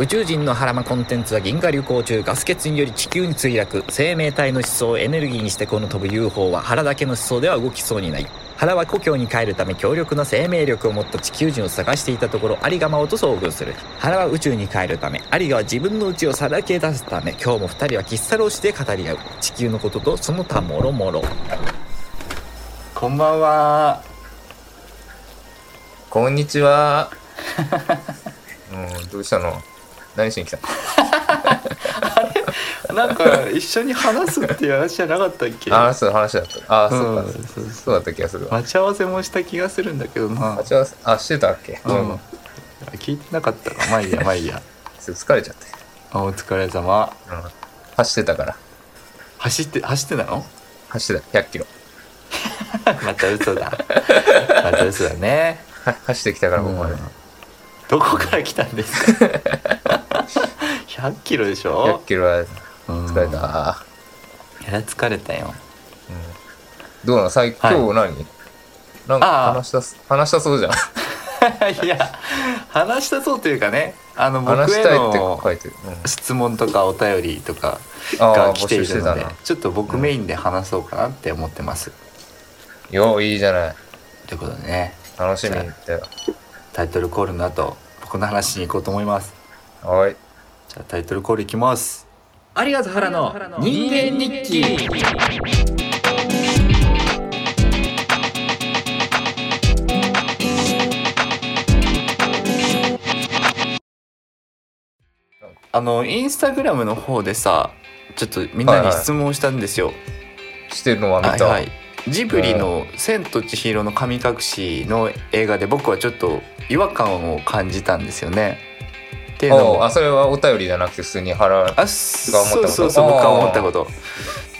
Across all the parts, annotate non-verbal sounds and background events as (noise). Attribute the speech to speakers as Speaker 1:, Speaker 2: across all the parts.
Speaker 1: 宇宙人のハラマコンテンツは銀河流行中ガス欠により地球に墜落生命体の思想をエネルギーにしてこの飛ぶ UFO は腹だけの思想では動きそうにない原は故郷に帰るため強力な生命力を持った地球人を探していたところアリガマオと遭遇する原は宇宙に帰るためアリガは自分の内をさらけ出すため今日も二人は喫茶ローして語り合う地球のこととその他もろもろ
Speaker 2: こんばんは。
Speaker 3: こんにち
Speaker 2: (laughs)
Speaker 3: は。うん、どうしたの何しに来たの
Speaker 2: なんか一緒に話すっていう話じゃなかったっけ？
Speaker 3: ああ、そう話だった。ああ、そううんか、
Speaker 2: そうそう
Speaker 3: そうだった気がするわ。
Speaker 2: 待ち合わせもした気がするんだけどな
Speaker 3: あ、。違う、あ、してたっけう
Speaker 2: うん
Speaker 3: ん。。
Speaker 2: 聞いてなかったか。まあいいや、まあいいや。
Speaker 3: ちょっと疲れちゃっ
Speaker 2: あお疲れ様。
Speaker 3: て。うん。走ってたから。
Speaker 2: 走って走ってなの？ (laughs)
Speaker 3: 走ってた。100キロ。
Speaker 2: また嘘だ。また嘘だね。
Speaker 3: は走ってきたから、ここまで
Speaker 2: うん。どこから来たんですか100キロでしょ
Speaker 3: 100キロは
Speaker 2: 疲
Speaker 3: 疲れた。
Speaker 2: いや疲れたよ (laughs)
Speaker 3: うん。どうなの最近、
Speaker 2: はい
Speaker 3: 今日何なん
Speaker 2: あ
Speaker 3: か
Speaker 2: あ
Speaker 3: 話したす、話したそうじゃん。
Speaker 2: いや話したそうというかねあの僕
Speaker 3: 話し
Speaker 2: へ
Speaker 3: たいって
Speaker 2: の
Speaker 3: 書いてる。うん。
Speaker 2: 質問とかお便りとか
Speaker 3: あ
Speaker 2: が
Speaker 3: あ、
Speaker 2: 来
Speaker 3: 募
Speaker 2: てい
Speaker 3: 集し
Speaker 2: る
Speaker 3: て
Speaker 2: の
Speaker 3: た
Speaker 2: で
Speaker 3: な。
Speaker 2: ちょっと僕メインで話そうかなって思ってます
Speaker 3: よ、いいじゃない。
Speaker 2: ということでね
Speaker 3: 楽しみに行ってよ。
Speaker 2: タイトルコールの後僕の話に行こうと思います
Speaker 3: はい。
Speaker 2: じゃあタイトルコールいきます
Speaker 1: ありがとう原の人間日記
Speaker 2: あのインスタグラムの方でさちょっとみんなに質問したんですよ、
Speaker 3: してるのは見
Speaker 2: はい
Speaker 3: た。
Speaker 2: はい、ジブリの「千と千尋の神隠し」の映画で僕はちょっと違和感を感じたんですよね。っていうの
Speaker 3: おう
Speaker 2: も
Speaker 3: あそれはお便りじゃなくて普通に腹
Speaker 2: あそ
Speaker 3: が思ったこ
Speaker 2: う
Speaker 3: と
Speaker 2: そうそう
Speaker 3: あー
Speaker 2: 僕は思ったこと。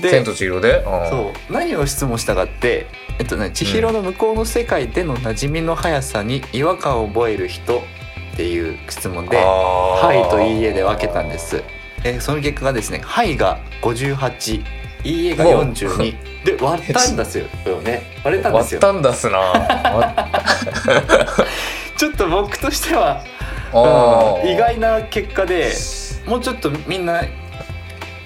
Speaker 3: 千
Speaker 2: で
Speaker 3: と千尋でうん
Speaker 2: そう何を質問したかって、えっとね、千尋の向こうの世界での馴染みの速さに違和感を覚える人っていう質問で「は
Speaker 3: あー
Speaker 2: い」と「いいえ」で分けたんです。えその結果がですね「はい」が58「いいえ」が42で割ったんですよ。ね割れたんです
Speaker 3: (laughs) 割っ
Speaker 2: よ。
Speaker 3: たんだっすな
Speaker 2: (laughs)
Speaker 3: 割っ
Speaker 2: ちょっと僕としては、
Speaker 3: あ
Speaker 2: うん
Speaker 3: ー
Speaker 2: 意外な結果でもうちょっとみんな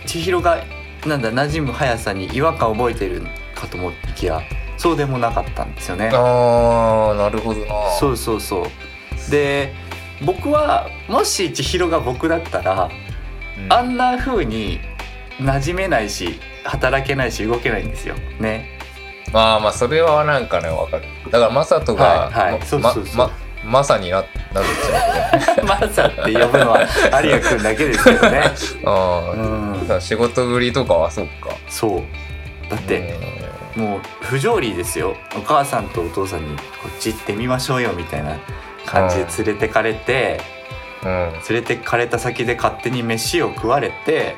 Speaker 2: 千尋がなんだ馴染む速さに違和感を覚えてるかと思いきやそうでもなかったんですよね。
Speaker 3: あーなるほどな
Speaker 2: そうそうそうで僕はもし千尋が僕だったら
Speaker 3: うん
Speaker 2: あんな風に馴染めないし働けないし動けないんですよ。ね。
Speaker 3: まあまあそれはなんかねわかるだからマサトが
Speaker 2: はいはい
Speaker 3: ま
Speaker 2: そうそうそう
Speaker 3: ま
Speaker 2: (laughs)
Speaker 3: まマサにななるっちゃ
Speaker 2: マサって呼ぶのは有賀くんだけですけ
Speaker 3: (laughs)
Speaker 2: どね。
Speaker 3: うあ
Speaker 2: う
Speaker 3: ーだ
Speaker 2: ん
Speaker 3: か。ら仕事ぶりとかはそっか
Speaker 2: そう。だって、
Speaker 3: うん
Speaker 2: もう不条理ですよお母さんとお父さんにこっち行ってみましょうよみたいな感じで連れてかれて、
Speaker 3: うん
Speaker 2: 連れてかれた先で勝手に飯を食われて、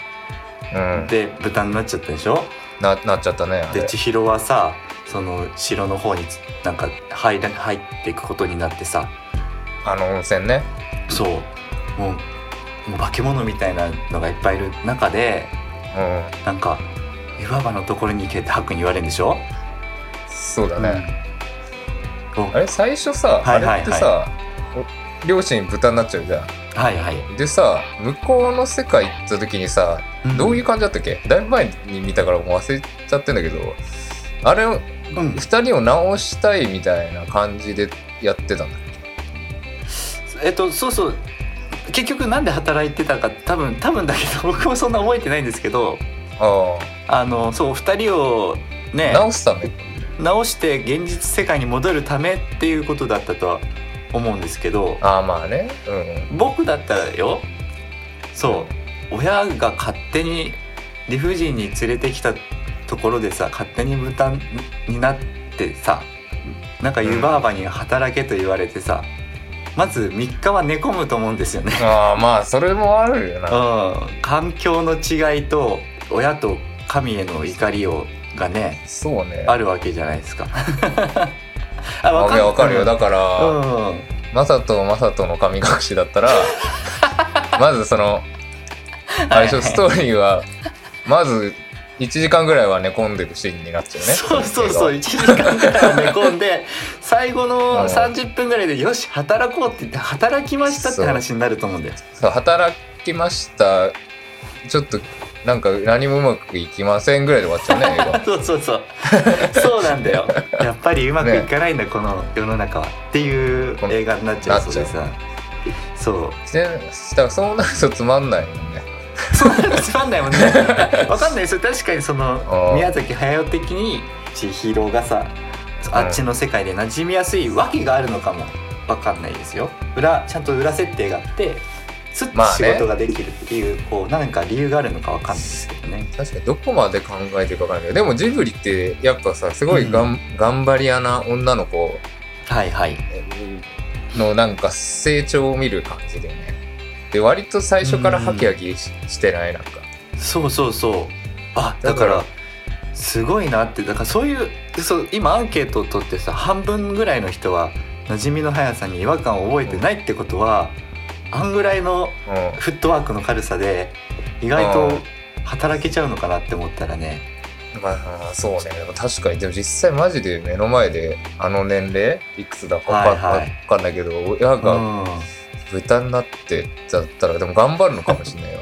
Speaker 3: うん
Speaker 2: で豚になっちゃったでしょ
Speaker 3: ななっちゃったねあれ
Speaker 2: で千尋はさその城の方になんか入ら入っていくことになってさ
Speaker 3: あの温泉ね
Speaker 2: そうもうもう化け物みたいなのがいっぱいいる中で
Speaker 3: うん
Speaker 2: なんか岩場のところに行けってハクに言われるんでしょ、
Speaker 3: そうだね
Speaker 2: うんお
Speaker 3: あれ最初さ
Speaker 2: は
Speaker 3: あ
Speaker 2: いはいはい
Speaker 3: れってさお両親豚になっちゃうじゃん
Speaker 2: はいはい、
Speaker 3: でさ向こうの世界行った時にさ
Speaker 2: ん
Speaker 3: どういう感じだったっけ、だいぶ前に見たからもう忘れちゃってんだけどあれを
Speaker 2: うん
Speaker 3: 2人を直したいみたいな感じでやってたんだ
Speaker 2: えっとそうそう結局なんで働いてたか多分多分だけど (laughs) 僕もそんな覚えてないんですけど
Speaker 3: あ
Speaker 2: あのそう2人を
Speaker 3: あ
Speaker 2: ね
Speaker 3: 直すため
Speaker 2: 直して現実世界に戻るためっていうことだったとは思うんですけど
Speaker 3: ああまあねうん
Speaker 2: 僕だったらよそう親が勝手に理不尽に連れてきたところでさ勝手に豚になってさなんか湯婆婆に働けと言われてさ、まず3日は寝込むと思うんですよね。
Speaker 3: ああまあそれもあるよな
Speaker 2: うん、環境の違いと親と神への怒りをがね
Speaker 3: そうね
Speaker 2: あるわけじゃな
Speaker 3: (laughs)
Speaker 2: いですか。あ
Speaker 3: あいやわかるよだか
Speaker 2: う
Speaker 3: ら、
Speaker 2: ん、うん、
Speaker 3: マサトマサトの神隠しだった (laughs) らまずそのあれでしょストーリーはまず1時間ぐらいは寝込んでるシーンになっちゃうね
Speaker 2: そうそうそう
Speaker 3: の映
Speaker 2: 1時間ぐらい寝込んで最後
Speaker 3: うん
Speaker 2: の30分ぐらいでよし働こうって言って働きましたって話になると思うんだよ
Speaker 3: 画そう働きましたちょっとなんか何もうまくいきませんぐらいで終わっちゃうね
Speaker 2: (laughs)
Speaker 3: 映画
Speaker 2: そうそうそうそうなんだよやっぱりうまくいかないんだ、この世の中はっていう映画になっちゃいそうでさそう
Speaker 3: でだからそうなるとつまんないもんね
Speaker 2: そんなのつまんないもんねわかんないそれ確かにその
Speaker 3: うん
Speaker 2: 宮崎駿的に千尋がさあっちの世界で馴染みやすいわけがあるのかもわかんないですよ裏ちゃんと裏設定があってすっと
Speaker 3: まあ
Speaker 2: 仕
Speaker 3: ね
Speaker 2: 事ができるっていう,、こうなんか理由があるのかわかんないですけどね
Speaker 3: 確かにどこまで考えてるかわかんないけどでもジブリってやっぱさすごいがん、頑張り屋な女の子
Speaker 2: はいはい
Speaker 3: のなんか成長を見る感じでねで割と最初からハキハキし,、てないなんか
Speaker 2: そうそうそうあだから
Speaker 3: だか
Speaker 2: すごいなってだからそういうそう今アンケートを取ってさ半分ぐらいの人は馴染みの速さに違和感を覚えてないってことは、あんぐらいの
Speaker 3: う
Speaker 2: フットワークの軽さで意外と働けちゃうのかなって思ったらね
Speaker 3: んまあそうねでも確かにでも実際マジで目の前であの年齢いくつだかわか,、
Speaker 2: はいは
Speaker 3: わ
Speaker 2: い
Speaker 3: かんないけど親
Speaker 2: う
Speaker 3: が
Speaker 2: ん
Speaker 3: 豚になってだったらでも頑張るのかもしれ
Speaker 2: (laughs)
Speaker 3: ないよ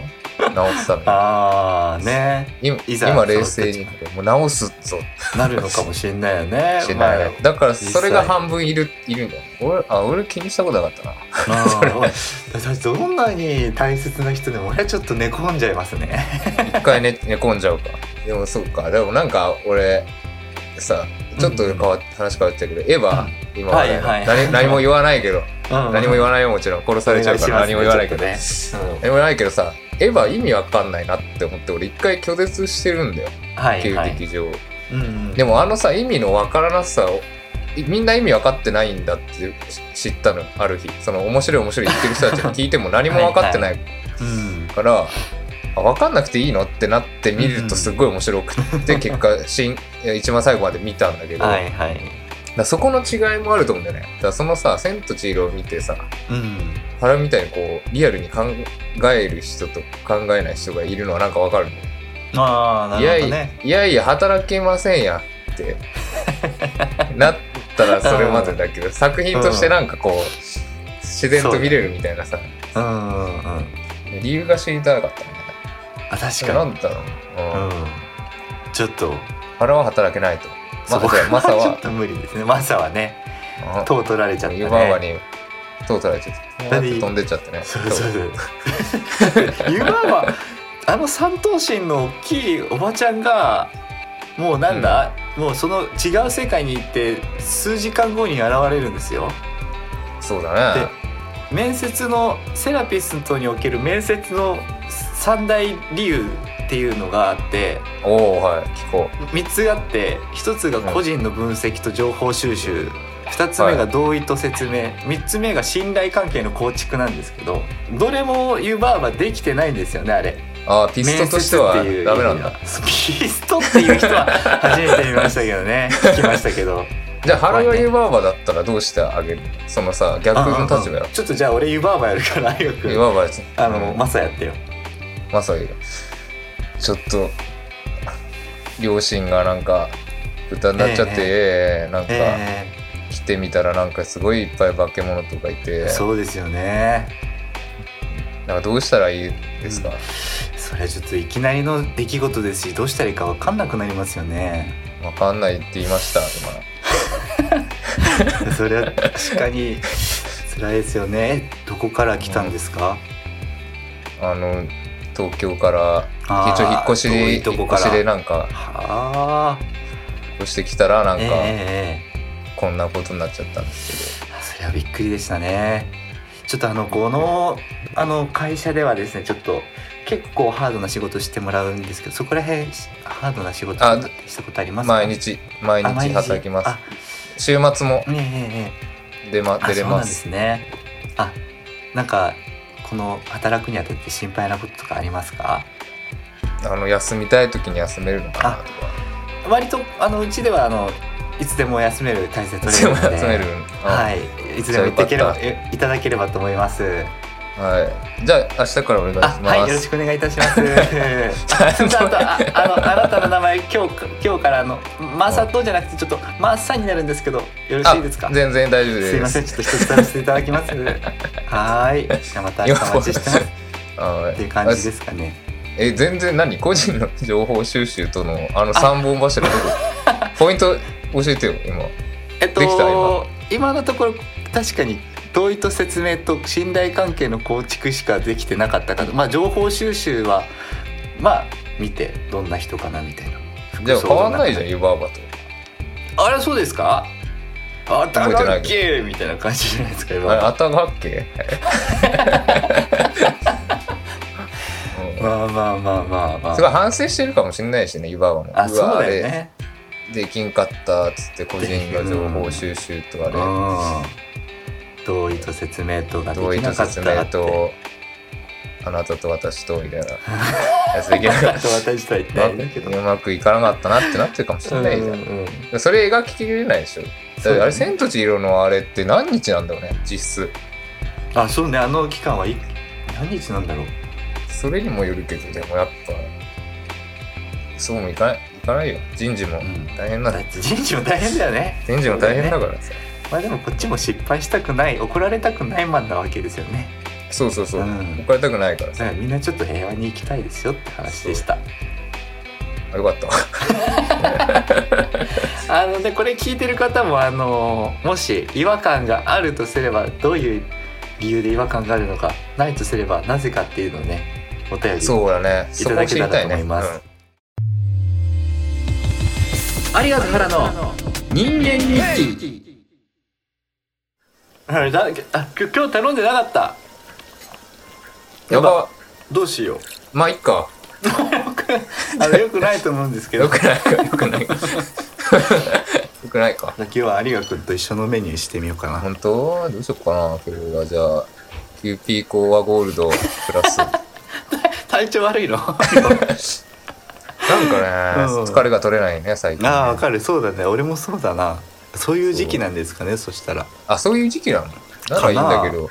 Speaker 3: 直すために
Speaker 2: あーね
Speaker 3: 今
Speaker 2: いざ
Speaker 3: 今冷静にもう直すぞ
Speaker 2: なるのかもしれないよね
Speaker 3: しないね、だからそれが
Speaker 2: 実際
Speaker 3: 半分いるいるんだよね俺あ俺気にしたことなかったな
Speaker 2: まあうん (laughs) 私どんなに大切な人でも俺はちょっと寝込んじゃいますね
Speaker 3: 一回寝寝込んじゃうか (laughs) でもそうかでもなんか俺さちょっと変わっ話変わっちゃうけど、エヴァ今、
Speaker 2: はいはい
Speaker 3: 何何も言わないけど何も言
Speaker 2: わ
Speaker 3: わないよもちろん殺されちゃうから何も言わないけど、
Speaker 2: ねちょっと
Speaker 3: 何
Speaker 2: ね
Speaker 3: も言わないけどさエヴァ意味わかんないなって思って俺一回拒絶してるんだよ
Speaker 2: うんはい
Speaker 3: 旧
Speaker 2: はい
Speaker 3: 劇場、
Speaker 2: うんうん
Speaker 3: でもあのさ意味のわからなさをいみんな意味わかってないんだって知ったのある日その面白い面白い言ってる人たち
Speaker 2: (laughs)
Speaker 3: に聞いても何も分かってない
Speaker 2: うん
Speaker 3: からあ分かんなくていいのってなって見るとすごい面白く
Speaker 2: (laughs)
Speaker 3: て、結果しん一番最後まで見たんだけど、
Speaker 2: は
Speaker 3: だ
Speaker 2: いはい
Speaker 3: からそこの違いもあると思うんだよねだからそのさ「千と千尋」を見てさ
Speaker 2: うん
Speaker 3: 原みたいにこうリアルに考える人と考えない人がいるのはなんか分かるんだよね
Speaker 2: ああ
Speaker 3: い
Speaker 2: な
Speaker 3: や
Speaker 2: るほど
Speaker 3: いや
Speaker 2: ね
Speaker 3: いやいや働けませんやって
Speaker 2: (laughs)
Speaker 3: なったらそれまでだけど作品としてなんかこう自然と見れるみたいなさ、
Speaker 2: うんうんうん
Speaker 3: 理由が知りたかったね
Speaker 2: あ確
Speaker 3: な
Speaker 2: かに
Speaker 3: んだろう、うん
Speaker 2: うんちょっと
Speaker 3: 原は働けないと
Speaker 2: そ
Speaker 3: ま
Speaker 2: こ
Speaker 3: あ、じゃあマサ
Speaker 2: (laughs) ちょっ
Speaker 3: は
Speaker 2: と無理ですねマサはね
Speaker 3: うん
Speaker 2: 塔取られちゃった
Speaker 3: 湯婆婆
Speaker 2: ね
Speaker 3: に塔取られちゃって
Speaker 2: だって
Speaker 3: 飛んでっちゃってね
Speaker 2: そうそうそ
Speaker 3: (laughs)
Speaker 2: う湯婆婆あの三頭身の大きいおばちゃんがもうなんだ、もうその違う世界に行って数時間後に現れるんですよ
Speaker 3: そうだね
Speaker 2: 面接のセラピストにおける面接の三大理由っていうのがあって
Speaker 3: おおはい聞こう
Speaker 2: 3つあって1つが個人の分析と情報収集2つ目が同意と説明3つ目が信頼関係の構築なんですけどどれも湯婆婆できてないんですよねあれ
Speaker 3: あーピストとしては
Speaker 2: 面接っていう
Speaker 3: ダメなんだ
Speaker 2: ピストっていう人は初めて見ましたけ
Speaker 3: (laughs)
Speaker 2: どね聞きましたけど
Speaker 3: じゃあ原が湯婆婆だったらどうしてあげるそのさ逆の立場や
Speaker 2: ちょっとじゃあ俺湯婆婆や
Speaker 3: (laughs)
Speaker 2: るからよ
Speaker 3: 湯
Speaker 2: く
Speaker 3: 婆婆
Speaker 2: あの
Speaker 3: うん
Speaker 2: マサやってよ
Speaker 3: まさゆがちょっと両親がなんか豚になっちゃって、なんか
Speaker 2: え
Speaker 3: 来てみたらなんかすごいいっぱい化け物とかいて
Speaker 2: えそうですよね
Speaker 3: なんかどうしたらいいですか、
Speaker 2: それはちょっといきなりの出来事ですしどうしたらいいか分かんなくなりますよね
Speaker 3: わかんないって言いました今
Speaker 2: (laughs) それは確かに辛いですよねどこから来たんですか、
Speaker 3: あの東京から
Speaker 2: あー
Speaker 3: 一応引っ越し
Speaker 2: 遠
Speaker 3: で
Speaker 2: いと
Speaker 3: 引
Speaker 2: こ
Speaker 3: っ
Speaker 2: か
Speaker 3: 越
Speaker 2: ら
Speaker 3: しでなんか
Speaker 2: はあ
Speaker 3: 引っ越してきたらなん
Speaker 2: ええ
Speaker 3: か
Speaker 2: ええ
Speaker 3: こんなことになっちゃったんです
Speaker 2: ええそれはびっくりでしたねちょっとあのこのあの会社ではですねちょっと結構ハードな仕事してもらうんですけどそこら辺ハードな仕事
Speaker 3: あ
Speaker 2: したことあり
Speaker 3: け
Speaker 2: ま
Speaker 3: ど
Speaker 2: すか
Speaker 3: 毎日毎
Speaker 2: あ
Speaker 3: 日働きます
Speaker 2: あ
Speaker 3: 週末も
Speaker 2: ええええええ
Speaker 3: 出,、ま、
Speaker 2: あ
Speaker 3: 出れま
Speaker 2: そ
Speaker 3: す
Speaker 2: うなんですねあなんかこの働くにあたって心配なこととかありますか
Speaker 3: あの休みたい時に休めるのかなとか
Speaker 2: 割とあのうちではあのいつでも休める体制
Speaker 3: い
Speaker 2: 取れ
Speaker 3: (laughs) つでも
Speaker 2: るので
Speaker 3: 休める、うん
Speaker 2: はいいつでも行ってければいただければと思います
Speaker 3: はい。じゃあ、明日からお願いし
Speaker 2: あ
Speaker 3: ます。
Speaker 2: は
Speaker 3: (laughs)
Speaker 2: いよろしくお願いいたしますあその後ああのあなたの名前今日今日からのマサトじゃなくてちょっとマッサになるんですけどよろしいですか
Speaker 3: あ全然大丈夫です。
Speaker 2: すいませんちょっと一つさせていただきます
Speaker 3: (laughs)
Speaker 2: はーいじゃあまた明日お待ちしてます
Speaker 3: はい
Speaker 2: っていう感じですかね
Speaker 3: え全然何個人の情報収集とのあの三本柱
Speaker 2: (laughs)
Speaker 3: のとこポイント教えてよ今
Speaker 2: えっと
Speaker 3: できた
Speaker 2: 今のところ確かに同意と説明と信頼関係の構築しかできてなかったかとまあ情報収集はまあ見てどんな人かなみたいな
Speaker 3: じゃあ変わんないじゃん
Speaker 2: ん
Speaker 3: 湯婆婆と
Speaker 2: あれそうですかあった
Speaker 3: 覚えてな
Speaker 2: か
Speaker 3: い
Speaker 2: っけーみたいな感じじゃないですか今
Speaker 3: あれあたがっ
Speaker 2: (laughs)
Speaker 3: けうん
Speaker 2: まあまあまあまあまあ
Speaker 3: すごい反省してるかもしれないしね湯婆婆も
Speaker 2: あそう
Speaker 3: わ
Speaker 2: だよね
Speaker 3: あれできんかったっつって個人の情報収集とか
Speaker 2: う
Speaker 3: で、
Speaker 2: ん同意と説明とがで
Speaker 3: 同
Speaker 2: き
Speaker 3: 意
Speaker 2: な
Speaker 3: と
Speaker 2: かった
Speaker 3: 説
Speaker 2: って
Speaker 3: 明とあなたと私とみ
Speaker 2: (laughs)
Speaker 3: たいなやつできなかっ
Speaker 2: と (laughs) 私とは言って
Speaker 3: た
Speaker 2: (laughs) ないんだけど
Speaker 3: うまくいかなかったなってなってるかもしれないじゃん
Speaker 2: うんうん
Speaker 3: それ描ききれないでしょ。だってあれ、
Speaker 2: そうだね
Speaker 3: 千と千尋のあれって何日なんだろうね、実質。
Speaker 2: あそうねあの期間はい何日なんだろう
Speaker 3: それにもよるけど、でもやっぱ、そうもいかない、いかないよ。人事も
Speaker 2: ん
Speaker 3: 大変なんだ。
Speaker 2: 人事も大変だよね
Speaker 3: 人事も大変だからさ。
Speaker 2: まあでもこっちも失敗したくない怒られたくないマンなわけですよね
Speaker 3: そうそうそうう。
Speaker 2: ん
Speaker 3: 怒られたくないから
Speaker 2: だ
Speaker 3: さ。
Speaker 2: からみんなちょっと平和に行きたいですよって話でした
Speaker 3: あよかったわ。
Speaker 2: あのでこれ聞いてる方もあのもし違和感があるとすればどういう理由で違和感があるのかないとすればなぜかっていうのをねお便り
Speaker 3: そうだね。
Speaker 2: い
Speaker 3: そ
Speaker 2: た
Speaker 3: こ
Speaker 2: だ
Speaker 3: を知
Speaker 2: け
Speaker 3: り
Speaker 2: た
Speaker 3: た
Speaker 2: ら
Speaker 3: い
Speaker 2: と思
Speaker 3: ね。
Speaker 2: います
Speaker 3: うん
Speaker 1: ありがとう原の人間日記
Speaker 2: あだあきょ今日頼んでなかった
Speaker 3: やば、
Speaker 2: どうしよう
Speaker 3: まあ、いっか。
Speaker 2: あのよくないと思うんですけど
Speaker 3: よくないか、よくないか。 (laughs) よくないか。
Speaker 2: 今日は有賀君と一緒のメニューしてみようかな
Speaker 3: 本当どうしよっかな、今日は。じゃあ、キューピーコーアゴールドプラ
Speaker 2: (laughs)
Speaker 3: ス。
Speaker 2: (laughs) 体調悪いの (laughs)
Speaker 3: な
Speaker 2: あ
Speaker 3: んかね、
Speaker 2: うん
Speaker 3: 疲れが取れないね最近ね
Speaker 2: あわかるそうだね俺もそうだなそういう時期なんですかねそしたら
Speaker 3: あそういう時期なのならいいんだけど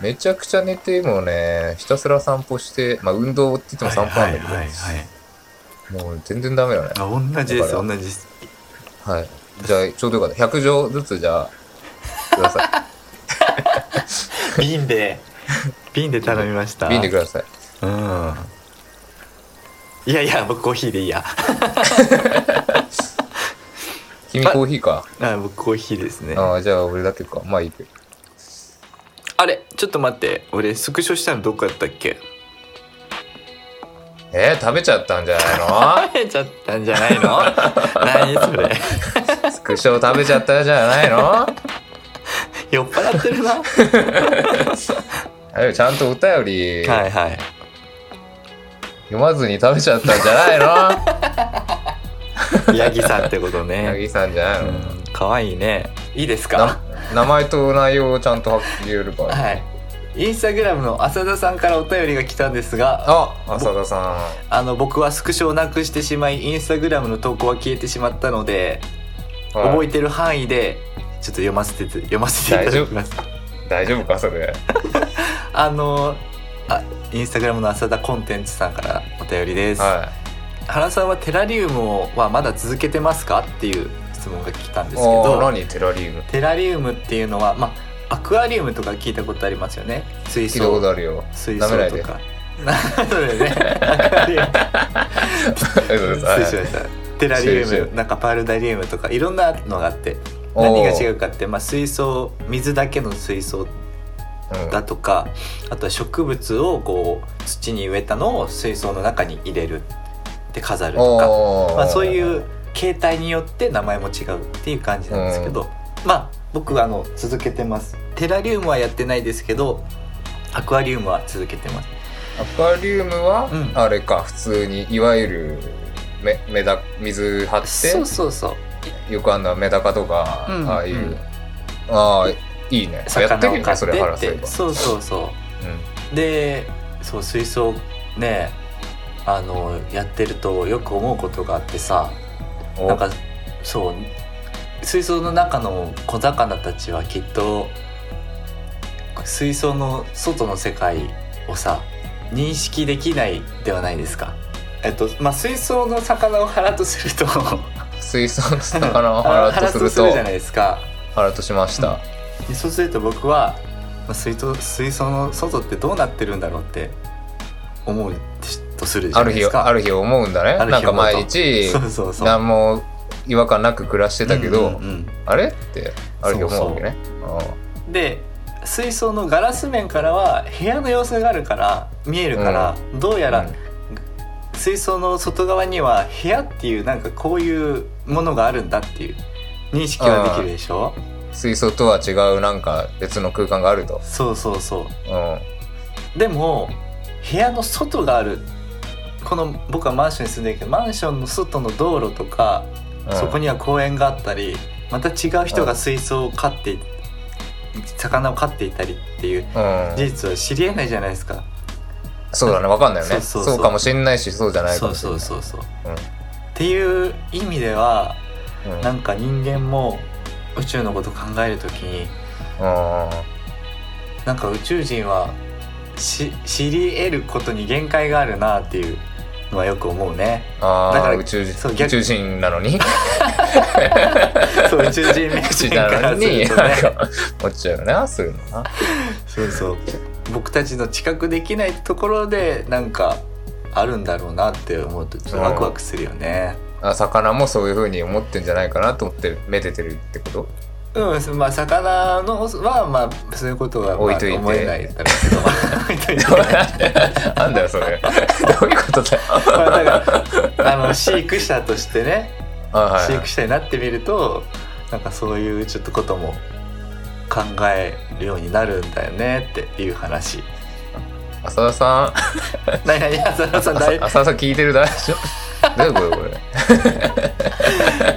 Speaker 3: めちゃくちゃ寝てもねひたすら散歩してまあ運動って言っても散歩なんだけど、
Speaker 2: はいはいはいはい
Speaker 3: もう全然ダメだね
Speaker 2: あ同じです
Speaker 3: だか
Speaker 2: 同
Speaker 3: ら
Speaker 2: じです
Speaker 3: はいじゃあちょうどよかった100錠ずつじゃあく
Speaker 2: (laughs)
Speaker 3: ださ
Speaker 2: 瓶 (laughs) で瓶で頼みました
Speaker 3: い瓶でください
Speaker 2: うんいやいや僕コーヒーでいいや
Speaker 3: 君コーヒーか
Speaker 2: あ僕コーヒーですね
Speaker 3: ああじゃあ俺だけかまあいいけど
Speaker 2: あれちょっと待って俺スクショしたのどこやったっけ
Speaker 3: えー、食べちゃったんじゃない
Speaker 2: (laughs) 食べちゃったんじゃないの (laughs) 何そ (laughs)
Speaker 3: の
Speaker 2: れ
Speaker 3: スクショ食べちゃったじゃないの
Speaker 2: 酔っ払ってるなは
Speaker 3: あれちゃんとお便り
Speaker 2: いはい
Speaker 3: 読まずに食べちゃったんじゃな
Speaker 2: (laughs)
Speaker 3: い
Speaker 2: ヤギさんってこと
Speaker 3: の
Speaker 2: ね
Speaker 3: 八木さんじゃないの、
Speaker 2: うん可愛いねいいです
Speaker 3: な
Speaker 2: か
Speaker 3: 名前と内容をちゃんとはっきり言えるから、
Speaker 2: はいインスタグラムの浅田さんからお便りが来たんですが
Speaker 3: あ浅田さ
Speaker 2: あの僕はスクショをなくしてしまいインスタグラムの投稿は消えてしまったので、
Speaker 3: ん、はい
Speaker 2: 覚えてる範囲でちょっと読ませて読ませていただきます
Speaker 3: 大丈夫かそれ
Speaker 2: あのあインスタグラムの浅田コンテンツさんからお便りです、
Speaker 3: は
Speaker 2: 原さんはテラリウムをはまだ続けてますかっていう質問が来たん
Speaker 3: い
Speaker 2: ですけ
Speaker 3: お
Speaker 2: ど
Speaker 3: ー何テラリウム
Speaker 2: テラリウムっていうのはまあアクアリウムとか聞いたことありますよね水
Speaker 3: 聞いた
Speaker 2: 槽
Speaker 3: ことあるよ
Speaker 2: 水
Speaker 3: 舐めな
Speaker 2: 槽
Speaker 3: い
Speaker 2: と (laughs)
Speaker 3: で
Speaker 2: か。なそうだよね。アクアリウム
Speaker 3: (laughs) 水
Speaker 2: 水槽やテラリウ
Speaker 3: 水槽
Speaker 2: ム、なんかパルダリウムとかいろんなのがあって、
Speaker 3: おー
Speaker 2: 何が違うかって、まあ水槽、水だけの水槽だとか、あとは植物をこう土に植えたのを水槽の中に入れるで飾るとか、まあ、そういう形態によって名前も違うっていう感じなんですけど、まあ僕はあの続けてますテラリウムはやってないですけどアクアリウムは続けてます
Speaker 3: アクアリウムは、
Speaker 2: うん
Speaker 3: あれか普通にいわゆるめメダ水張
Speaker 2: そう
Speaker 3: っ
Speaker 2: そうそう
Speaker 3: てよくあんなメダカとか、
Speaker 2: うん
Speaker 3: ああいう、
Speaker 2: うん
Speaker 3: ああいいねやって
Speaker 2: 魚
Speaker 3: る
Speaker 2: を
Speaker 3: よね
Speaker 2: 買って
Speaker 3: それ原
Speaker 2: っ
Speaker 3: そういえ
Speaker 2: て
Speaker 3: ば
Speaker 2: そうそうそ
Speaker 3: うん
Speaker 2: うでそう水槽ねあのやってるとよく思うことがあってさ
Speaker 3: お
Speaker 2: なんかそう水槽の中の小魚たちはきっと水槽の外の世界をさ認識できないではないですか。えっとまあ、水槽の魚を腹とする (laughs) と
Speaker 3: 水槽
Speaker 2: (laughs)
Speaker 3: の魚を払うとする
Speaker 2: 腹
Speaker 3: と
Speaker 2: じゃないですか。
Speaker 3: 払うとしました、
Speaker 2: でそうすると僕は、まあ、水槽水槽の外ってどうなってるんだろうって思うとするじゃ
Speaker 3: あ
Speaker 2: な
Speaker 3: る
Speaker 2: いで
Speaker 3: 日
Speaker 2: すか。
Speaker 3: ある日思うんだね
Speaker 2: ある
Speaker 3: な
Speaker 2: 日
Speaker 3: んか
Speaker 2: 思うと
Speaker 3: 毎日
Speaker 2: そうそうそう。
Speaker 3: 何も違和感なく暮らしてたけど、
Speaker 2: うんうん
Speaker 3: あれってある日思うわけねう
Speaker 2: うんで水槽のガラス面からは部屋の様子があるから見えるから、どうやら
Speaker 3: ん
Speaker 2: 水槽の外側には部屋っていうなんかこういうものがあるんだっていう認識ができるでしょ
Speaker 3: 水槽とは違うなんか別の空間があると、
Speaker 2: そうそうそ
Speaker 3: うん、
Speaker 2: うでも部屋の外があるこの僕はマンションに住んでるけどマンションの外の道路とか、そこ
Speaker 3: に、
Speaker 2: には公園があったりまた違う人が水槽を飼ってい魚を飼っていたりっていう
Speaker 3: うん
Speaker 2: 事、実は知りえないじゃないですか
Speaker 3: そうだね分かんないよねそう
Speaker 2: そうそうそう
Speaker 3: かもしんないしそうじゃないか
Speaker 2: そ
Speaker 3: も
Speaker 2: う
Speaker 3: しれ
Speaker 2: そ
Speaker 3: ないう
Speaker 2: そうそう、
Speaker 3: うん
Speaker 2: っていう意味では
Speaker 3: うんうん
Speaker 2: なんか人間も宇宙のこと考えるときになんか宇宙人はし知り得ることに限界があるなっていうのはよく思うね
Speaker 3: あ
Speaker 2: だか
Speaker 3: あ
Speaker 2: ら
Speaker 3: 宇宙人
Speaker 2: そう
Speaker 3: 宇
Speaker 2: 逆
Speaker 3: 宙人なのに (laughs)
Speaker 2: そう宇宙人目
Speaker 3: 宇宙
Speaker 2: 線
Speaker 3: 人
Speaker 2: か
Speaker 3: な
Speaker 2: ら
Speaker 3: の
Speaker 2: する (laughs)
Speaker 3: に
Speaker 2: と
Speaker 3: な
Speaker 2: ね
Speaker 3: んか落ちちゃうよなそういうの
Speaker 2: (laughs)
Speaker 3: な
Speaker 2: そうそう僕たちの知覚できないところでなんかあるんだろうなって思うとちょっとワクワクするよね。
Speaker 3: あ魚もそういうふうに思ってんじゃないかなと思ってめでてるってこと
Speaker 2: (laughs) うん、まあ魚のはまあそういうことはまあ
Speaker 3: 置いといて
Speaker 2: 思えないだろうけど (laughs) 置いと
Speaker 3: (laughs)
Speaker 2: いて
Speaker 3: なんだよそれどういうことだよ
Speaker 2: まあだからあの飼育者としてね
Speaker 3: あはいは
Speaker 2: 飼
Speaker 3: い
Speaker 2: 育者になってみるとなんかそういうちょっとことも考えるようになるんだよねっていう
Speaker 3: (laughs)
Speaker 2: 話。
Speaker 3: 浅田さ
Speaker 2: 何何浅田さん
Speaker 3: ん
Speaker 2: (laughs) 大
Speaker 3: 浅浅田さん聞いてる大丈夫どういうことこれ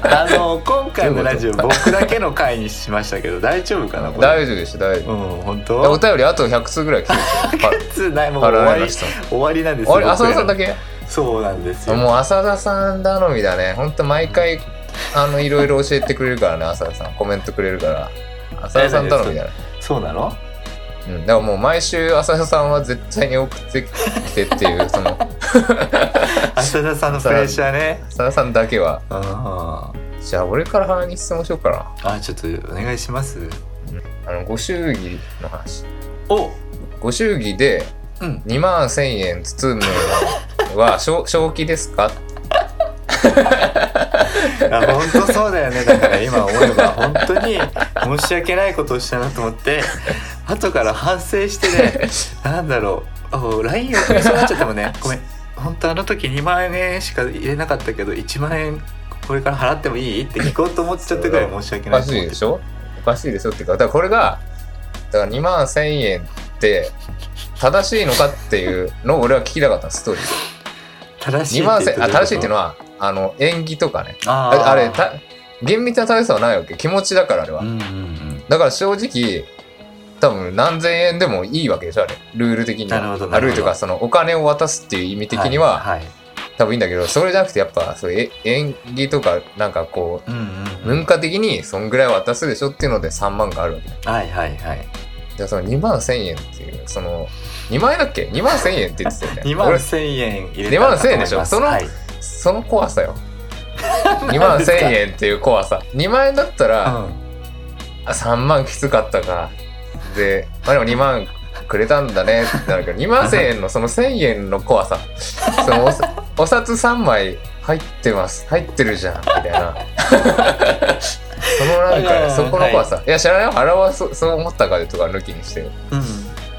Speaker 2: あの今回のラジオ僕だけの回にしましたけど大丈夫かなこれ。
Speaker 3: 大丈夫でしょ大丈
Speaker 2: うん本
Speaker 3: 夫お
Speaker 2: 当。
Speaker 3: 便りあと100通ぐらい来
Speaker 2: (laughs)
Speaker 3: てるでしょパ
Speaker 2: つないもう
Speaker 3: パ
Speaker 2: 終
Speaker 3: ラア
Speaker 2: わ
Speaker 3: イ
Speaker 2: り
Speaker 3: の人
Speaker 2: 終わりなんですよ。
Speaker 3: あれ浅田さんだ
Speaker 2: け。
Speaker 3: け
Speaker 2: そうなんですよ。
Speaker 3: もう浅田さん頼みだねほんと毎回あのいろいろ教えてくれるからね浅田さんコメントくれるから浅田さん頼みだね
Speaker 2: そう
Speaker 3: (laughs)
Speaker 2: なの？
Speaker 3: うん、だからもう毎週浅田さんは絶対に送ってきてって
Speaker 2: (laughs)
Speaker 3: いうその
Speaker 2: 浅田さんのプレッシャーね。
Speaker 3: 浅田さんだけは
Speaker 2: うん。あ
Speaker 3: じゃあ俺から話に質問しようかな
Speaker 2: ちょっとお願いします。
Speaker 3: あのご祝儀の話
Speaker 2: お
Speaker 3: ご祝儀で
Speaker 2: うん。
Speaker 3: 2万1000円包むのは
Speaker 2: (laughs)
Speaker 3: 正正気ですか
Speaker 2: あ本当そうだよねだから今思えば本当に申し訳ないことをしたなと思って後から反省してねなんだろうあ LINE を送りそうになっちゃったもんねごめん本当あの時2万円しか入れなかったけど1万円これから払ってもいいって聞こうと思っちゃったぐらい申し訳
Speaker 3: お
Speaker 2: ない
Speaker 3: か
Speaker 2: と
Speaker 3: し
Speaker 2: 思っ
Speaker 3: い
Speaker 2: て
Speaker 3: でしょおかしいでしょっていうかだからこれがだから2万1000円って正しいのかっていうのを俺は聞きたかったのストーリー
Speaker 2: 正しい
Speaker 3: 2万1000あ正しいっていうの
Speaker 2: は
Speaker 3: はあの縁起とかね
Speaker 2: あー
Speaker 3: ああれた厳密な正しさはないわけ気持ちだからあれは、
Speaker 2: うんうんうん
Speaker 3: だから正直多分何千円でもいいわけでしょあれルール的には
Speaker 2: なるほどな
Speaker 3: あ
Speaker 2: る
Speaker 3: ル
Speaker 2: ほど
Speaker 3: ールとかそのお金を渡すっていう意味的には、
Speaker 2: はいはい
Speaker 3: 多分いいんだけどそれじゃなくてやっぱそうえ縁起とかなんかこ
Speaker 2: うん
Speaker 3: う
Speaker 2: うんうん
Speaker 3: 文化的にそんぐらい渡すでしょっていうので3万があるわけ
Speaker 2: はいはいはい
Speaker 3: じゃあその2万1000円っていうその2万円だっけ2万1000円って言ってたよ
Speaker 2: (laughs)
Speaker 3: ね
Speaker 2: 2万
Speaker 3: 俺
Speaker 2: 1000円入れたらと思います
Speaker 3: 2万1000円でしょその
Speaker 2: はい
Speaker 3: その怖さよ2万1000円っていう怖さ2万円だったら、
Speaker 2: う
Speaker 3: あ3万きつかったかでまあでも2万くれたんだねってなるけど2万1000円のその1000円の怖さそのおさ
Speaker 2: (laughs)
Speaker 3: お札3枚入ってます入ってるじゃんみたい
Speaker 2: (laughs)
Speaker 3: なそのなん
Speaker 2: はいはいは
Speaker 3: か
Speaker 2: い
Speaker 3: そこの怖さ、い、や知らないよあらはそそう思ったかとか抜きにして
Speaker 2: んうん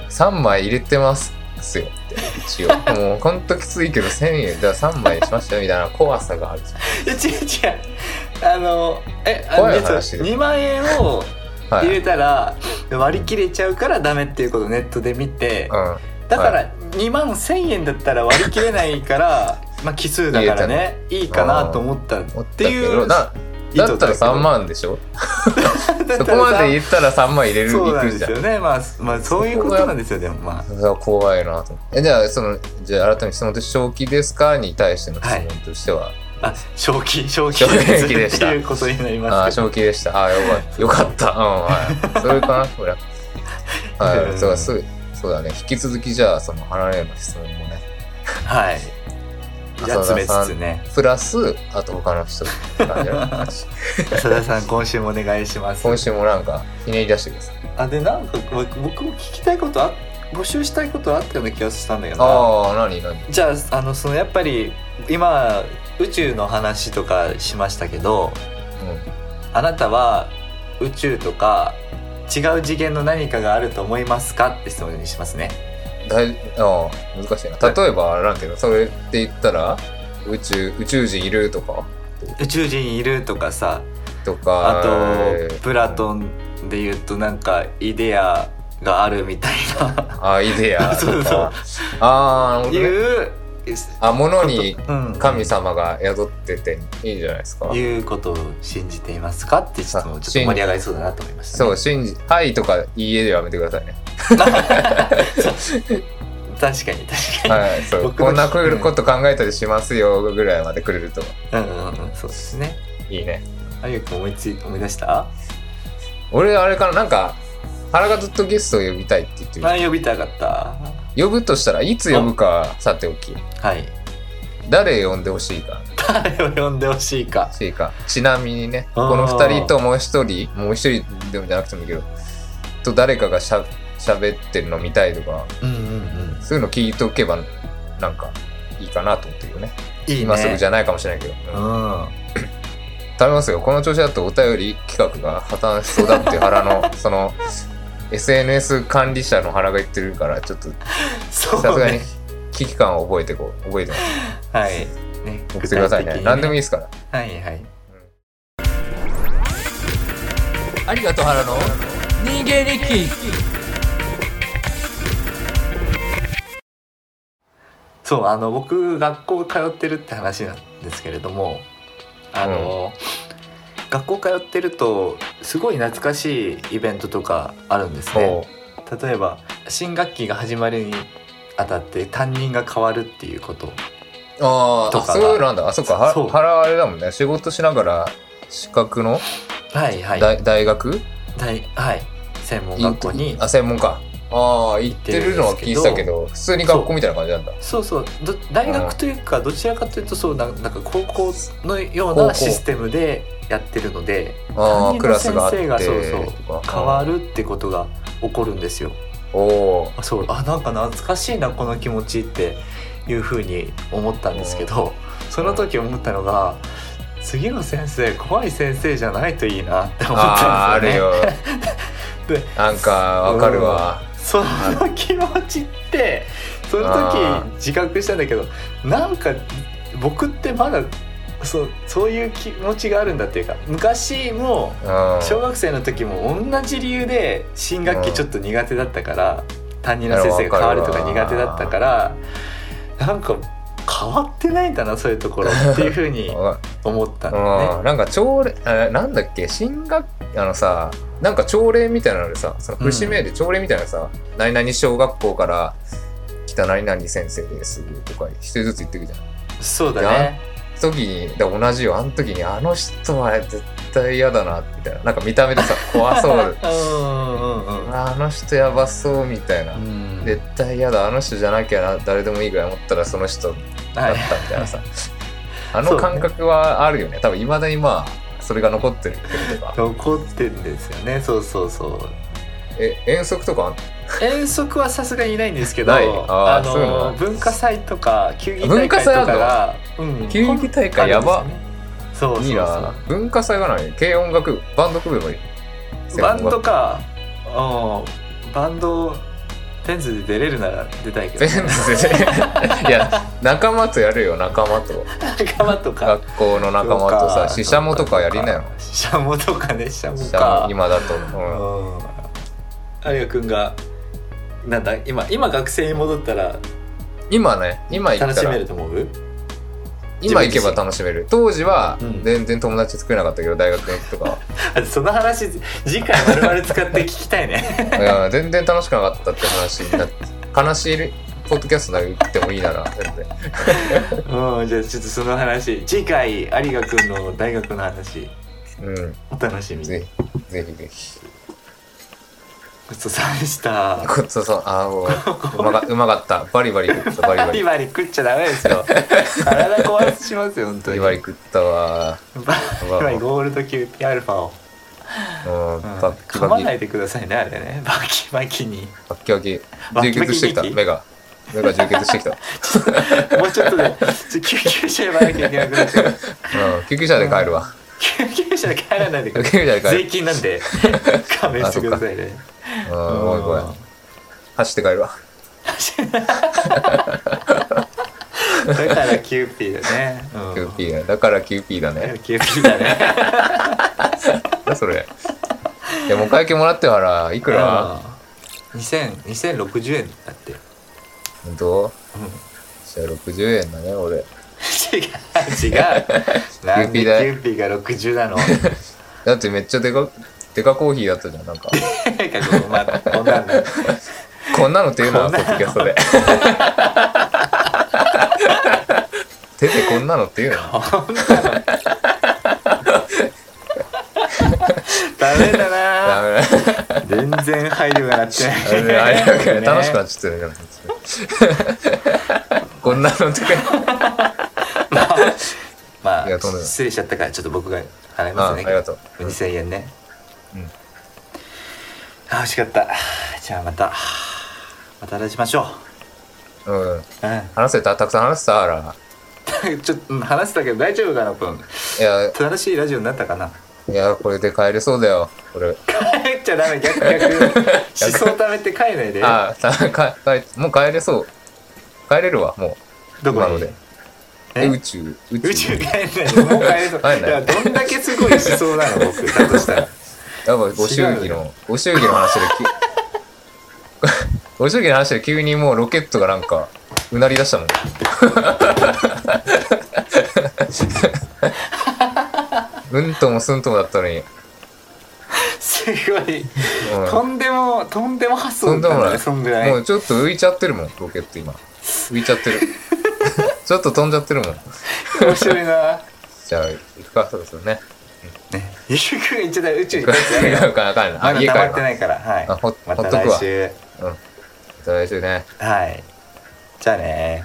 Speaker 3: 3枚入れてますっすよって一応
Speaker 2: (laughs)
Speaker 3: もうほんときついけど1000円じゃあ3枚しましたよみたいな怖さがあるじ
Speaker 2: い (laughs) や違う違うあのえあ
Speaker 3: 怖い
Speaker 2: の
Speaker 3: 話
Speaker 2: 2万円
Speaker 3: ゃ
Speaker 2: を
Speaker 3: んはい、
Speaker 2: 入
Speaker 3: う
Speaker 2: れ
Speaker 3: ん、
Speaker 2: たら割り切れちゃうからダメっていうことをネットで見てだか
Speaker 3: は
Speaker 2: ら2万1,000円だったら割り切れないから (laughs) まあ奇数だからねいいかなと思った
Speaker 3: 思
Speaker 2: っ
Speaker 3: ってたけ
Speaker 2: い
Speaker 3: ど
Speaker 2: う
Speaker 3: な
Speaker 2: 意図
Speaker 3: だったら
Speaker 2: けど
Speaker 3: 3万でしょ
Speaker 2: だ (laughs) った
Speaker 3: そ
Speaker 2: ら
Speaker 3: こまで言ったら3万入れる
Speaker 2: そう
Speaker 3: 行
Speaker 2: なん
Speaker 3: く
Speaker 2: で
Speaker 3: じゃ
Speaker 2: す
Speaker 3: ん
Speaker 2: よ。ねまあまあそういうことなんですよでもまあ
Speaker 3: それは怖いなと思って。えじゃあ、その、じゃあ改めて質問として、正気ですかに対しての質問としては、
Speaker 2: あ (laughs) 正気正気
Speaker 3: 正気でした
Speaker 2: っていうことになり
Speaker 3: あ
Speaker 2: ま
Speaker 3: あ、
Speaker 2: すけ (laughs)
Speaker 3: 正気でした。ああ、よかった。よかった。うん、はい。それかな、これ。
Speaker 2: (laughs)
Speaker 3: はい、そうそうそうだね。引き続きじゃあ、その、離れの質問もね。
Speaker 2: はいじゃあ
Speaker 3: 浅
Speaker 2: 詰
Speaker 3: 田
Speaker 2: め
Speaker 3: さん
Speaker 2: つつね
Speaker 3: プラス、あと他の人って感じ
Speaker 2: (laughs)
Speaker 3: だね
Speaker 2: 浅田さん今週もお願いします
Speaker 3: 今週もなんか、ひねり出してください。
Speaker 2: あでなんか僕僕も聞きたいことあ募集したいことあったような気がしたんだけどな
Speaker 3: ああ、なになに
Speaker 2: じゃああのそのやっぱり今宇宙の話とかしましたけどあなたは宇宙とか違う次元の何かがあると思いますかって質問にしますね
Speaker 3: だいああ難しいな例えばあれなんだけどそれって言ったら宇宙宇宙人いるとか
Speaker 2: 宇宙人いるとかさ
Speaker 3: とか
Speaker 2: あとプラ
Speaker 3: ン
Speaker 2: トンで言うとなんかイデアがあるみたいな
Speaker 3: あイデア
Speaker 2: (laughs) そうそう
Speaker 3: とかああなるほ
Speaker 2: い
Speaker 3: どね
Speaker 2: う、
Speaker 3: あ物に
Speaker 2: うん、
Speaker 3: 神様が宿ってていいじゃないですか
Speaker 2: いうことを信じていますかって質問ちょっと盛り上がりそうだなと思いました、ね、
Speaker 3: そう信じ「はい」とか「いいえ」ではやめてくださいね
Speaker 2: 確かに確かに、
Speaker 3: はいそう
Speaker 2: 僕も
Speaker 3: こんな来ること考えたりしますよぐらいまでくれると
Speaker 2: うんうんうんそうですね
Speaker 3: いいね
Speaker 2: あゆくん思いつい思い出した
Speaker 3: 俺あれかななんか原がずっとゲストを呼びたいって言ってる
Speaker 2: あ呼びたかった
Speaker 3: 呼ぶとしたらいつ呼ぶかさておき
Speaker 2: はい
Speaker 3: 誰呼んでほしいか
Speaker 2: 誰を呼んでほしいか
Speaker 3: しいかちなみにね
Speaker 2: あー
Speaker 3: この2人ともう1人もう1人でもじゃなくてもいいけどと誰かがしゃ喋ってるの見たいとか
Speaker 2: うんうんうん
Speaker 3: そういうの聞いとけばなんかいいかなと思ってるよね
Speaker 2: いいね
Speaker 3: 今すぐじ
Speaker 2: ゃ
Speaker 3: ゃないかもしれないけど、
Speaker 2: う
Speaker 3: うん
Speaker 2: ん
Speaker 3: 頼みますよこの調子だとお便り企画が破綻しそうだっていう原のそ
Speaker 2: (laughs)
Speaker 3: の SNS 管理者の原が言ってるからちょっと
Speaker 2: そうね
Speaker 3: さすがに危機感を覚えてこう覚えてます
Speaker 2: はいね
Speaker 3: 送ってくださいね何でもいい
Speaker 2: い
Speaker 3: ですから
Speaker 2: はいはい
Speaker 3: ありがとう原の
Speaker 4: 逃げ力
Speaker 2: そうあの僕学校通ってるって話なんですけれどもあの、学校通ってるとすごい懐かしいイベントとかあるんですね
Speaker 3: ほ
Speaker 2: 例えば新学期が始まるにあたって担任が変わるっていうこと
Speaker 3: うあー
Speaker 2: と
Speaker 3: あ
Speaker 2: かが
Speaker 3: そうなんだあそっかは
Speaker 2: そう
Speaker 3: 原はあれだもんね仕事しながら資格の
Speaker 2: はいはい
Speaker 3: 大,、大学
Speaker 2: 大はい専門学校に
Speaker 3: あ専門かああ行ってるのは聞いてたけど普通に学校みたいな感じなんだ
Speaker 2: そうそうど大学というかどちらかというとそうななんか高校のような
Speaker 3: 高校
Speaker 2: システムでやってるので
Speaker 3: あ
Speaker 2: 担任
Speaker 3: あ
Speaker 2: の
Speaker 3: クラスがあって
Speaker 2: 先生がそうそう
Speaker 3: とか
Speaker 2: 変わるってことが起こるんですよ。
Speaker 3: うんおー
Speaker 2: あそうあなんか懐かしいなこの気持ちっていうふうに思ったんですけどその時思ったのが次の先生怖い先生じゃないといいなって思っ
Speaker 3: あー
Speaker 2: た
Speaker 3: あ
Speaker 2: んで
Speaker 3: る
Speaker 2: すよね。
Speaker 3: よ
Speaker 2: (laughs) で
Speaker 3: なんかわかるわ
Speaker 2: その気持ちってその
Speaker 3: あ
Speaker 2: 時
Speaker 3: ー
Speaker 2: 自覚したんだけどなんか僕ってまだそうそういう気持ちがあるんだっていうか昔も
Speaker 3: うん
Speaker 2: 小学生の時も同じ理由で新学期ちょっと苦手だったから担任の先生が変わるとか苦手だったからなんか変わってないんだなそういうところっていうふう
Speaker 3: (laughs)
Speaker 2: に
Speaker 3: わ
Speaker 2: 思ったんだよ
Speaker 3: か
Speaker 2: ね
Speaker 3: うん。なんか朝礼えなんだっけ新学あのさなんか朝礼みたいなのでさその節目で朝礼みたいなのさ、何々小学校から来た何々先生ですとか一人ずつ言ってくじゃん
Speaker 2: そうだね。
Speaker 3: 時にだから同じよあの時にあの人は絶対嫌だなみたいななんか見た目で (laughs) さ怖そう
Speaker 2: (laughs) うんうんうんうん
Speaker 3: あの人やばそうみたいな、
Speaker 2: うん
Speaker 3: 絶対嫌だあの人じゃなきゃな誰でもいいぐらい思ったらその人だ
Speaker 2: は
Speaker 3: っ
Speaker 2: い
Speaker 3: たみたいな (laughs) さ、あの感覚はあるよね多分いまだにまあそれが残ってるけどとか
Speaker 2: 残ってんですよねそうそうそう
Speaker 3: え遠足とかあん
Speaker 2: 遠足はさすがにいないんですけど
Speaker 3: ないあー
Speaker 2: の
Speaker 3: そうなんだ
Speaker 2: 文化祭とか球技大会とかがうん
Speaker 3: 球技大会やば
Speaker 2: あるんですよねそうそう
Speaker 3: のいいな
Speaker 2: そ
Speaker 3: 文化祭がない軽音楽部バンド組めばいいう
Speaker 2: バンドかうんバンドテンズで出れるなら出たいけど
Speaker 3: 全部でいや仲間とやるよ仲間と
Speaker 2: 仲間とか
Speaker 3: 学校の仲間と
Speaker 2: そう
Speaker 3: さ
Speaker 2: か
Speaker 3: ししゃもとかやりなよ
Speaker 2: シシャモとかねシャモ
Speaker 3: ししゃ
Speaker 2: か
Speaker 3: も今だと、
Speaker 2: う
Speaker 3: うん
Speaker 2: 有賀君がなんだ今今学生に戻ったら
Speaker 3: ん、今ね今行っ
Speaker 2: 楽
Speaker 3: た
Speaker 2: しめ
Speaker 3: ら
Speaker 2: ると思う
Speaker 3: 今行けば楽しめる当時は
Speaker 2: うん
Speaker 3: 全然友達作れなかったけど大学の時とか
Speaker 2: (laughs)
Speaker 3: は
Speaker 2: あその話次回丸々使って聞きたいね
Speaker 3: いや全然楽しくなかったって話になって悲しいポッドキャストになってもいいなら全然
Speaker 2: (laughs) うん、じゃあちょっとその話次回有賀くんの大学の話
Speaker 3: う
Speaker 2: お楽しみ
Speaker 3: ん
Speaker 2: に
Speaker 3: ぜひぜひぜひ
Speaker 2: ごちそうさまでした
Speaker 3: ごちそうさまああもううまかうまかったバリバリ食ったバリバ
Speaker 2: バ
Speaker 3: リ
Speaker 2: リバリ食っちゃダメですよ体壊しますよ本当
Speaker 3: バ
Speaker 2: に
Speaker 3: リバリ食ったわ
Speaker 2: バリバリゴールドキューピアルファを、
Speaker 3: うん
Speaker 2: うん、
Speaker 3: バッキ
Speaker 2: 噛
Speaker 3: バ
Speaker 2: ま
Speaker 3: キ
Speaker 2: ないでくださいねあれねバキバキに
Speaker 3: バッキバキ
Speaker 2: バキ
Speaker 3: 充
Speaker 2: バキ
Speaker 3: 血してきた
Speaker 2: ミキ
Speaker 3: 目が目が充血
Speaker 2: (laughs)
Speaker 3: してきた、うん、
Speaker 2: もうちょっとでちょ救急車呼ばなきゃいけなくなっちゃう
Speaker 3: 救急車で帰るわ
Speaker 2: 救急車で帰らないでく
Speaker 3: 救急
Speaker 2: ださい
Speaker 3: 車で帰
Speaker 2: 税
Speaker 3: る
Speaker 2: 金なんで勘弁してくださいね
Speaker 3: うんごめんごめん走って帰るわ
Speaker 2: だからキューピーだね、うん
Speaker 3: キューピーだだからキューピーだ
Speaker 2: だから
Speaker 3: ね
Speaker 2: キューピーだね
Speaker 3: なんだそれいやもう会計もらってからいくら
Speaker 2: うん2000 2060円だって
Speaker 3: 本当じゃあ60円だね俺
Speaker 2: 違う違うなん
Speaker 3: キ
Speaker 2: で
Speaker 3: ューピー
Speaker 2: キ
Speaker 3: だ
Speaker 2: ューピーが60なの
Speaker 3: だってめっちゃでかでかコーヒーだったじゃんなんか
Speaker 2: なんかこうまあこんなんだ
Speaker 3: こんなのテーマの
Speaker 2: こん
Speaker 3: ポ
Speaker 2: なの
Speaker 3: ッドキャスト
Speaker 2: (laughs)
Speaker 3: で手でこんなのっていうの
Speaker 2: ダメだな
Speaker 3: ダメだ
Speaker 2: 全然配慮がなってない
Speaker 3: あれあれだから楽しくな
Speaker 2: っ
Speaker 3: っちゃったよね。こんなのとか。
Speaker 2: ま
Speaker 3: い
Speaker 2: あ
Speaker 3: やとんでもない
Speaker 2: 失礼しちゃったからちょっと僕が払い
Speaker 3: あ
Speaker 2: ます
Speaker 3: あ
Speaker 2: ね
Speaker 3: りがとう。
Speaker 2: 2000円ね
Speaker 3: うん
Speaker 2: あ美味しかったじゃあまたまた話しましょ
Speaker 3: うん。
Speaker 2: う
Speaker 3: 話せたたくさん話せたから。
Speaker 2: うん (laughs) ちょっとうん話したけど大丈夫かなこの
Speaker 3: いや、
Speaker 2: 正しいラジオになったかない
Speaker 3: や、これで帰れそうだよ。これ。
Speaker 2: 帰っちゃダメ逆逆思想貯めて帰んないで
Speaker 3: ああ、たか帰もう帰れそう。帰れるわ、もう。
Speaker 2: どこ
Speaker 3: 今の
Speaker 2: に
Speaker 3: で。
Speaker 2: え
Speaker 3: え宇宙。宇宙。
Speaker 2: 宇宙帰んないでもう帰れそう
Speaker 3: 帰んない
Speaker 2: いやどんだけすごい思想なの僕だとした
Speaker 3: (laughs)
Speaker 2: ら
Speaker 3: やっぱご祝儀
Speaker 2: 違う
Speaker 3: の、ご祝儀の話でき。 (laughs) ご祝儀の話で急にもうロケットがなんか、うなり出した
Speaker 2: (laughs)
Speaker 3: もん。うんともすんともだったのに。うん。
Speaker 2: すごいとんでもとんでも発
Speaker 3: と
Speaker 2: 想
Speaker 3: んで
Speaker 2: だった
Speaker 3: もな
Speaker 2: んだね
Speaker 3: い。
Speaker 2: そんぐらい
Speaker 3: もうちょっと浮いちゃってるもん、ロケット今。浮いちゃ
Speaker 2: (laughs)
Speaker 3: ってる。ちょっと飛んじゃってるもん。
Speaker 2: 面白いな
Speaker 3: じゃあ、行くか、そうですよね。
Speaker 2: ゆうくん言っちゃった宇宙
Speaker 3: (laughs)
Speaker 2: に
Speaker 3: 行
Speaker 2: 帰っちゃダメよ
Speaker 3: くか、あかんな。
Speaker 2: ま
Speaker 3: あ
Speaker 2: だ
Speaker 3: 家
Speaker 2: 溜
Speaker 3: 帰
Speaker 2: ま
Speaker 3: る
Speaker 2: ってな
Speaker 3: わ。
Speaker 2: いから、はい
Speaker 3: あほっ。
Speaker 2: ま
Speaker 3: ほ
Speaker 2: た
Speaker 3: っとく
Speaker 2: 来
Speaker 3: わ
Speaker 2: 週。
Speaker 3: 来週ね。
Speaker 2: はい。じゃあね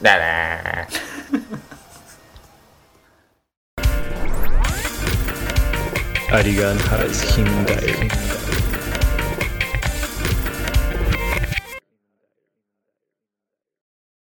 Speaker 3: だねー。
Speaker 5: Arigan has him died.